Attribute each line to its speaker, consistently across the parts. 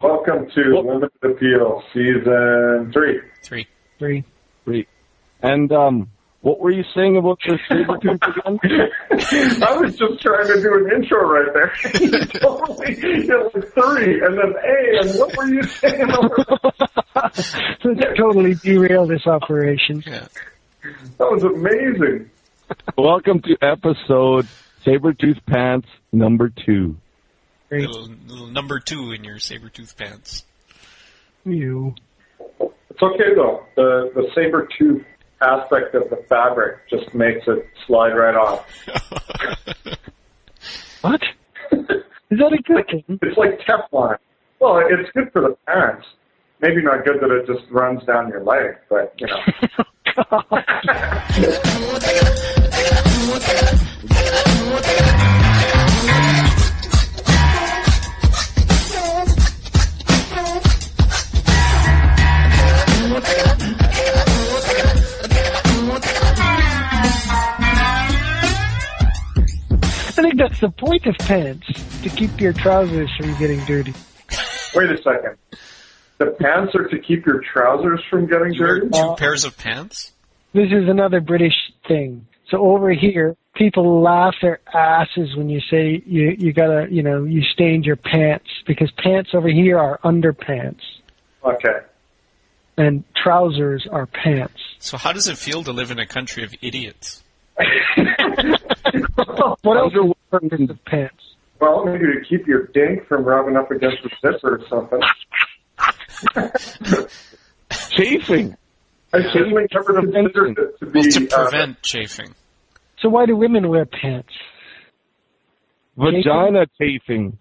Speaker 1: Welcome to Limited Appeal Season 3.
Speaker 2: Three.
Speaker 3: Three.
Speaker 4: And um, what were you saying about the saber tooth again?
Speaker 1: I was just trying to do an intro right there. You told me it was 3 and then A, and what were you saying? That
Speaker 3: totally derail this operation.
Speaker 2: Yeah.
Speaker 1: was amazing.
Speaker 4: Welcome to episode Sabertooth Pants number two.
Speaker 3: Great.
Speaker 2: Little, little number two in your saber tooth pants.
Speaker 3: You.
Speaker 1: It's okay though. The, the saber tooth aspect of the fabric just makes it slide right off.
Speaker 3: What? Is that a good thing?
Speaker 1: It's like Teflon. Well, it's good for the parents. Maybe not good that it just runs down your leg, but you know.
Speaker 3: I think that's the point of pants, to keep your trousers from getting dirty.
Speaker 1: Wait a second. The pants are to keep your trousers from getting
Speaker 2: You wear
Speaker 1: dirty?
Speaker 2: two pairs of pants?
Speaker 3: This is another British thing. So over here, people laugh their asses when you say you, you gotta, you know, you stained your pants, because pants over here are underpants,
Speaker 1: Okay.
Speaker 3: and trousers are pants.
Speaker 2: So how does it feel to live in a country of idiots?
Speaker 3: What else is the purpose of pants?
Speaker 1: Well, maybe to keep your dink from rubbing up against the zipper or something.
Speaker 4: Chafing.
Speaker 1: I certainly never considered it to be
Speaker 2: Well, to
Speaker 1: uh,
Speaker 2: prevent chafing.
Speaker 3: So why do women wear pants?
Speaker 4: Vagina chafing.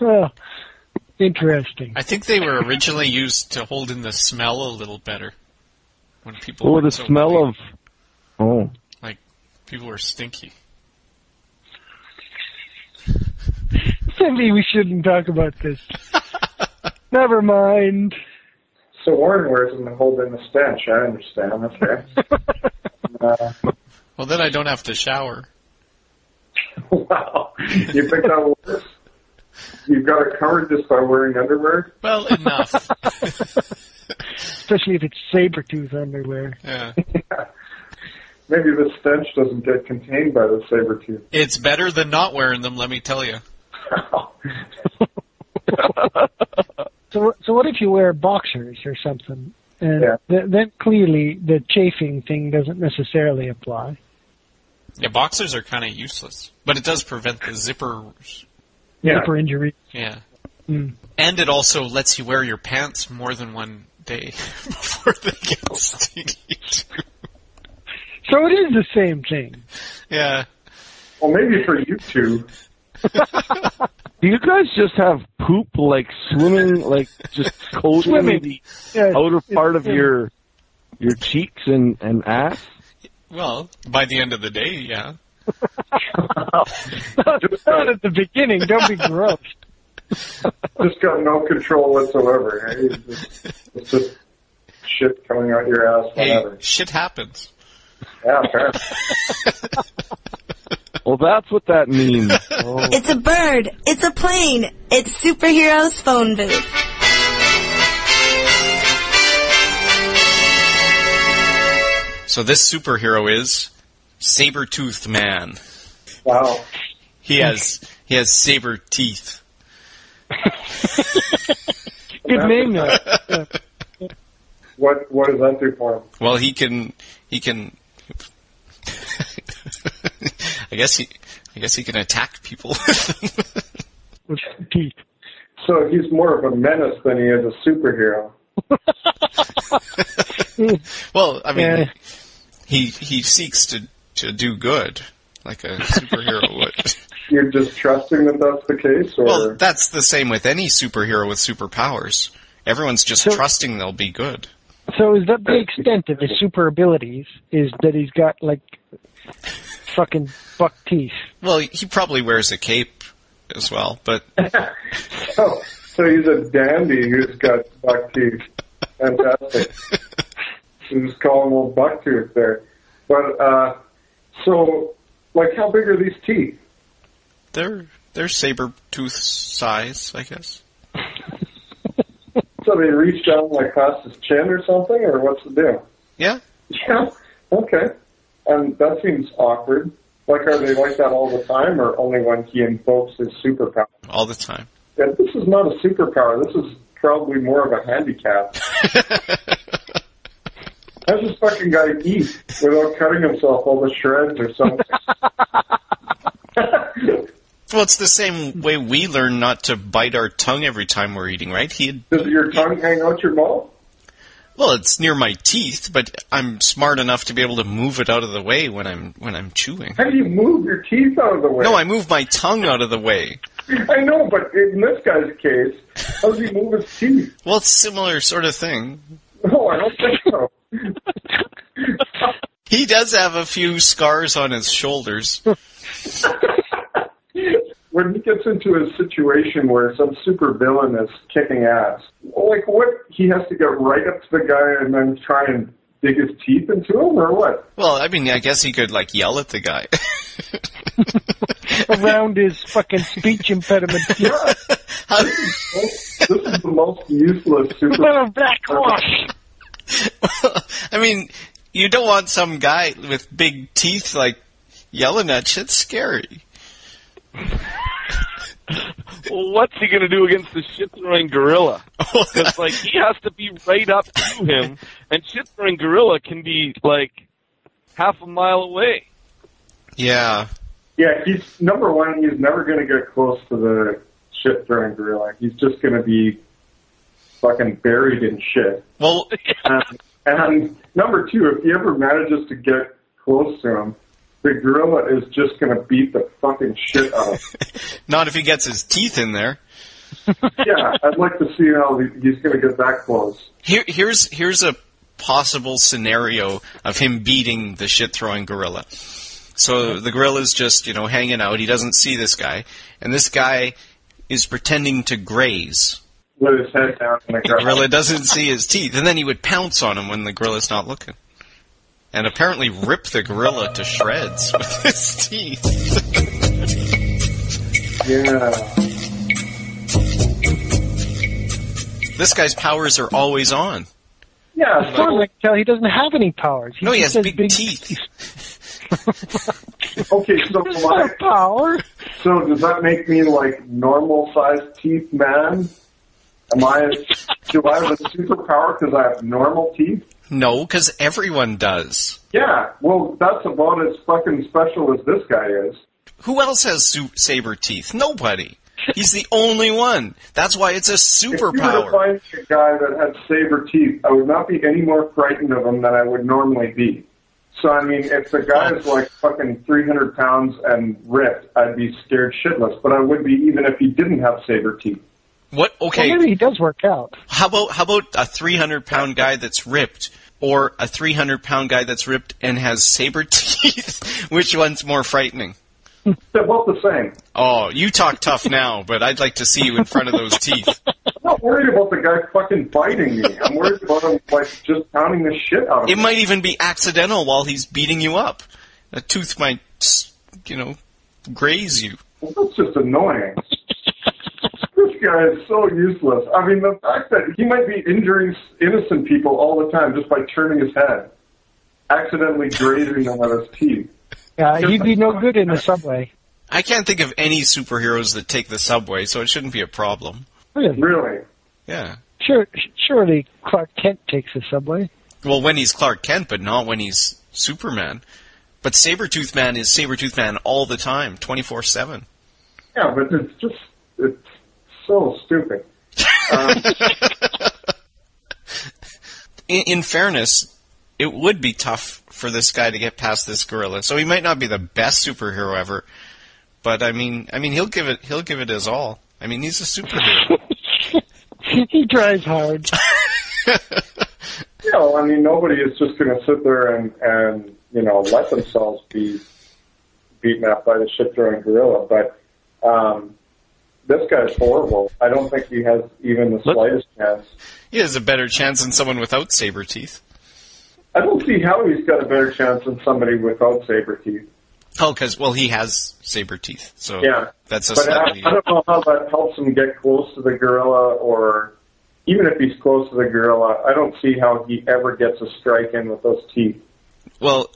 Speaker 3: Oh, interesting.
Speaker 2: I think they were originally used to hold in the smell a little better. When people
Speaker 4: Oh,
Speaker 2: were
Speaker 4: the
Speaker 2: so
Speaker 4: smell
Speaker 2: big,
Speaker 4: of. Oh.
Speaker 2: like people were stinky.
Speaker 3: Maybe we shouldn't talk about this. Never mind.
Speaker 1: so Warren wears and holding the stench. I understand. Okay. uh,
Speaker 2: Well, then I don't have to shower.
Speaker 1: wow. You think that works? You've got it covered just by wearing underwear?
Speaker 2: Well, enough.
Speaker 3: Especially if it's saber tooth underwear.
Speaker 2: yeah.
Speaker 1: Maybe the stench doesn't get contained by the saber tooth.
Speaker 2: It's better than not wearing them, let me tell you.
Speaker 3: So, so what if you wear boxers or something? And
Speaker 1: Yeah.
Speaker 3: th- then clearly the chafing thing doesn't necessarily apply.
Speaker 2: Yeah, boxers are kind of useless, but it does prevent the zipper.
Speaker 1: Yeah.
Speaker 3: Zipper injury.
Speaker 2: Yeah.
Speaker 3: Mm.
Speaker 2: And it also lets you wear your pants more than one day before they get stinky. too.
Speaker 3: So it is the same thing.
Speaker 2: yeah.
Speaker 1: Well, maybe for you two.
Speaker 4: Do you guys just have poop like swimming, like just coating
Speaker 3: Swimming.
Speaker 4: the
Speaker 3: Yeah,
Speaker 4: outer part of
Speaker 3: it's-
Speaker 4: your your cheeks and, and ass?
Speaker 2: Well, by the end of the day, yeah.
Speaker 3: Not at the beginning. Don't be gross.
Speaker 1: Just got no control whatsoever. eh? It's just, it's just shit coming out your ass,
Speaker 2: Hey,
Speaker 1: whatever.
Speaker 2: shit happens.
Speaker 1: Yeah, fair.
Speaker 4: Well, that's what that means. Oh.
Speaker 5: It's a bird. It's a plane. It's superheroes phone booth.
Speaker 6: So this superhero is Saber-toothed Man.
Speaker 1: Wow.
Speaker 6: He has he has saber teeth.
Speaker 3: Good name though.
Speaker 1: What what does that do for him?
Speaker 6: Well, he can he can I guess he I guess he can attack people.
Speaker 3: With teeth.
Speaker 1: So he's more of a menace than he is a superhero.
Speaker 6: well, I mean,
Speaker 3: Yeah.
Speaker 6: he he seeks to to do good like a superhero would.
Speaker 1: You're just trusting that that's the case, or
Speaker 6: Well, that's the same with any superhero with superpowers. Everyone's just
Speaker 3: So-
Speaker 6: trusting they'll be good.
Speaker 3: So is that the extent of his super abilities? Is that he's got like fucking buck teeth?
Speaker 6: Well, he probably wears a cape as well, but
Speaker 1: oh, so he's a dandy who's got buck teeth. Fantastic. I'm just calling him old buck tooth there. But uh, so, like, how big are these teeth?
Speaker 2: They're
Speaker 6: They're saber tooth size, I guess.
Speaker 1: So they reach down like past his chin or something, or what's the deal?
Speaker 6: Yeah.
Speaker 1: Yeah. Okay. And that seems awkward. Like, are they like that all the time, or only when he invokes his superpower?
Speaker 6: All the time.
Speaker 1: Yeah, this is not a superpower. This is probably more of a handicap. How's this fucking guy eat without cutting himself all the shreds or something?
Speaker 6: Well, it's the same way we learn not to bite our tongue every time we're eating, right? He had,
Speaker 1: Does your tongue hang out your mouth?
Speaker 6: well, it's near my teeth, but I'm smart enough to be able to move it out of the way when I'm when I'm chewing.
Speaker 1: How do you move your teeth out of the way?
Speaker 6: No, I move my tongue out of the way.
Speaker 1: I know, but in this guy's case, how does he move his teeth?
Speaker 6: Well, it's similar sort of thing.
Speaker 1: No, I don't think so.
Speaker 6: He does have a few scars on his shoulders.
Speaker 1: when he gets into a situation where some super villain is kicking ass, like what he has to get right up to the guy and then try and dig his teeth into him or what?
Speaker 6: Well, I mean, I guess he could like yell at the guy.
Speaker 3: around his fucking speech impediment.
Speaker 6: How-
Speaker 1: This is the most useless super.
Speaker 3: Little black wash.
Speaker 6: I mean, you don't want some guy with big teeth like yelling at shit. Scary.
Speaker 4: Well, what's he gonna do against the shit throwing gorilla? Because like he has to be right up to him, and shit throwing gorilla can be like half a mile away.
Speaker 6: yeah.
Speaker 1: Yeah, he's number one. He's never going to get close to the shit throwing gorilla. He's just going to be fucking buried in shit.
Speaker 6: Well,
Speaker 1: And, and number two, if he ever manages to get close to him, the gorilla is just going to beat the fucking shit out of him.
Speaker 6: not if he gets his teeth in there.
Speaker 1: yeah, I'd like to see how he- he's going to get that close.
Speaker 6: Here, here's here's a possible scenario of him beating the shit throwing gorilla. So the gorilla's just you know hanging out. He doesn't see this guy, and this guy is pretending to graze.
Speaker 1: With his head down in the ground.
Speaker 6: Gorilla doesn't see his teeth, and then he would pounce on him when the gorilla's not looking, and apparently rip the gorilla to shreds with his teeth.
Speaker 1: Yeah.
Speaker 6: this guy's powers are always on.
Speaker 1: Yeah,
Speaker 3: Sort of like tell he doesn't have any powers. He
Speaker 6: No, he
Speaker 3: just
Speaker 6: has big, teeth.
Speaker 1: okay, so,
Speaker 3: There's no
Speaker 1: like,
Speaker 3: power.
Speaker 1: so does that make me like normal sized teeth man? Am I, do I have a superpower because I have normal teeth?
Speaker 6: No, because everyone does.
Speaker 1: Yeah, well, that's about as fucking special as this guy is.
Speaker 6: Who else has su- saber teeth? Nobody. He's the only one. That's why it's a
Speaker 1: If you were to
Speaker 6: superpower.
Speaker 1: find a guy that had saber teeth, I would not be any more frightened of him than I would normally be. So I mean, if the guy is like fucking 300 pounds and ripped, I'd be scared shitless. But I would be even if he didn't have saber teeth.
Speaker 6: What?
Speaker 3: Well,
Speaker 6: Okay.
Speaker 3: maybe he does work out.
Speaker 6: How about how about a 300 pound guy that's ripped, or a 300 pound guy that's ripped and has saber teeth? Which one's more frightening?
Speaker 1: They're both the same.
Speaker 6: Oh, you talk tough now, but I'd like to see you in front of those teeth.
Speaker 1: I'm not worried about the guy fucking biting me. I'm worried about him like just pounding the shit out of
Speaker 6: It
Speaker 1: me.
Speaker 6: might even be accidental while he's beating you up. A tooth might, you know, graze you.
Speaker 1: That's just annoying. This guy is so useless. I mean, the fact that he might be injuring s- innocent people all the time just by turning his head, accidentally grazing them with his teeth.
Speaker 3: Uh, he'd be no good in the subway.
Speaker 6: I can't think of any superheroes that take the subway, so it shouldn't be a problem.
Speaker 3: Really?
Speaker 1: Really?
Speaker 6: Yeah.
Speaker 3: Sure, surely Clark Kent takes the subway.
Speaker 6: Well, when he's Clark Kent, but not when he's Superman. But Sabretooth Man is Sabretooth Man all the time, 24 7.
Speaker 1: Yeah, but it's just, it's so stupid.
Speaker 6: In, in fairness, it would be tough for this guy to get past this gorilla. So he might not be the best superhero ever, but I mean, I mean, he'll give it, he'll give it his all. I mean, he's a superhero.
Speaker 3: he tries hard.
Speaker 1: You know, I mean, nobody is just going to sit there and, and, you know, let themselves be beaten up by the shit throwing gorilla, but, um, this guy's horrible. I don't think he has even the
Speaker 4: Look-
Speaker 1: slightest chance.
Speaker 6: he has a better chance than someone without saber teeth.
Speaker 1: I don't see how he's got a better chance than somebody without saber teeth.
Speaker 6: Oh, because well, he has saber teeth, so
Speaker 1: Yeah.
Speaker 6: that's a
Speaker 1: But uh, I,
Speaker 6: slightly.
Speaker 1: I don't know how that helps him get close to the gorilla, or even if he's close to the gorilla, I don't see how he ever gets a strike in with those teeth.
Speaker 6: Well,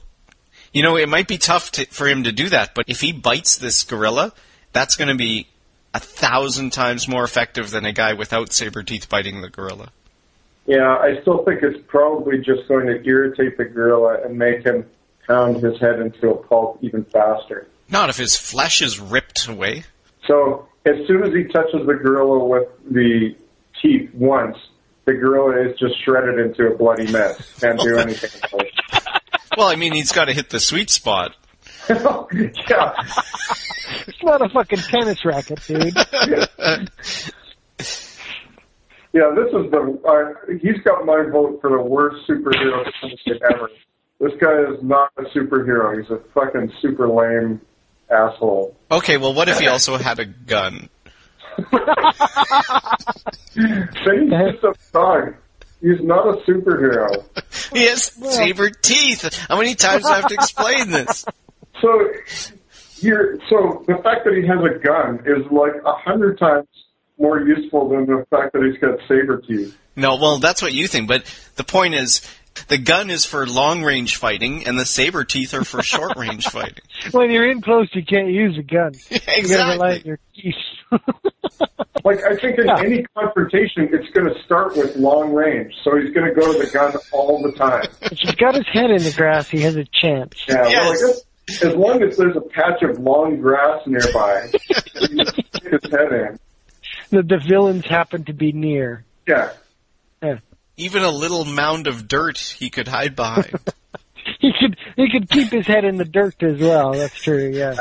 Speaker 6: you know, it might be tough to, for him to do that, but if he bites this gorilla, that's going to be a thousand times more effective than a guy without saber teeth biting the gorilla.
Speaker 1: Yeah, I still think it's probably just going to irritate the gorilla and make him pound his head into a pulp even faster.
Speaker 6: Not if his flesh is ripped away.
Speaker 1: So as soon as he touches the gorilla with the teeth once, the gorilla is just shredded into a bloody mess. Can't do anything.
Speaker 6: Well, I mean, he's got to hit the sweet spot.
Speaker 1: yeah,
Speaker 3: It's not a fucking tennis racket, dude.
Speaker 1: yeah. This is the. Uh, he's got my vote for the worst superhero syndicate ever. This guy is not a superhero. He's a fucking super lame asshole.
Speaker 6: Okay, well, what if he also had a gun?
Speaker 1: Say he's just a thug. He's not a superhero.
Speaker 6: He has saber teeth. How many times do I have to explain this?
Speaker 1: So you're so the fact that he has a gun is like a hundred times more useful than the fact that he's got saber teeth.
Speaker 6: No, well, that's what you think, but the point is, the gun is for long range fighting, and the saber teeth are for short range fighting.
Speaker 3: when you're in close, you can't use a gun. You gotta rely on
Speaker 6: Exactly.
Speaker 3: your teeth.
Speaker 1: Like I think in
Speaker 3: Yeah.
Speaker 1: any confrontation, it's going to start with long range. So he's going to go to the gun all the time.
Speaker 3: if he's got his head in the grass, he has a chance.
Speaker 1: Yeah, well, I
Speaker 6: Yes.
Speaker 1: guess as long as there's a patch of long grass nearby, he can stick his head in.
Speaker 3: The, the villains happen to be near.
Speaker 1: Yeah.
Speaker 6: Even a little mound of dirt he could hide behind.
Speaker 3: He could he could keep his head in the dirt as well. That's true. Yeah.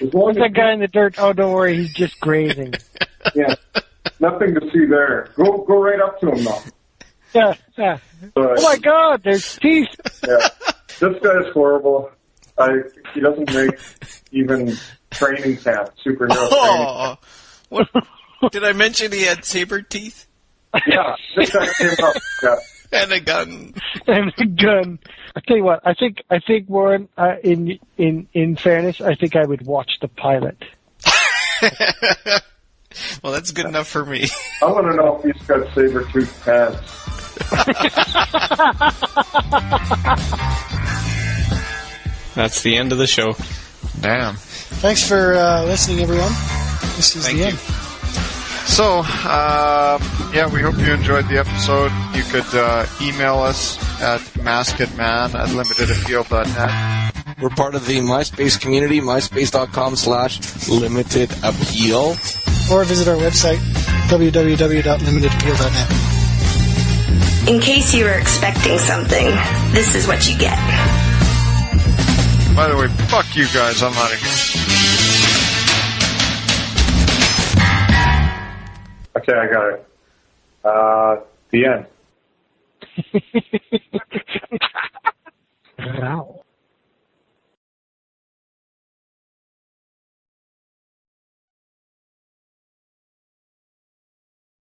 Speaker 1: As long as
Speaker 3: That guy in the dirt. Oh, don't worry. He's just grazing.
Speaker 1: yeah, nothing to see there. Go go right up to him though.
Speaker 3: Yeah. yeah.
Speaker 1: But-
Speaker 3: Oh my God! There's teeth.
Speaker 1: yeah. This guy's horrible. I, he doesn't make even training camp superhero training.
Speaker 6: oh, what? Did I mention he had saber teeth
Speaker 1: Yeah, this guy came up. Yeah.
Speaker 6: and a gun?
Speaker 3: and a gun. I tell you what, I think I think Warren, uh, in in in fairness, I think I would watch the pilot.
Speaker 6: Well, that's good enough for me.
Speaker 1: I want to know if he's got saber tooth pants.
Speaker 2: That's the end of the show.
Speaker 6: Damn.
Speaker 7: Thanks for uh, listening, everyone. This is
Speaker 6: Thank
Speaker 7: the
Speaker 6: you.
Speaker 7: end.
Speaker 8: So, uh, yeah, we hope you enjoyed the episode. You could uh, email us at maskedman at limitedappeal.net.
Speaker 9: We're part of the MySpace community, myspace.com slash limited appeal.
Speaker 7: Or visit our website, www.limitedappeal.net.
Speaker 5: In case you were expecting something, this is what you get.
Speaker 8: By the way, fuck you guys, I'm out of here.
Speaker 1: Okay, I got it. Uh, the end.
Speaker 3: Wow.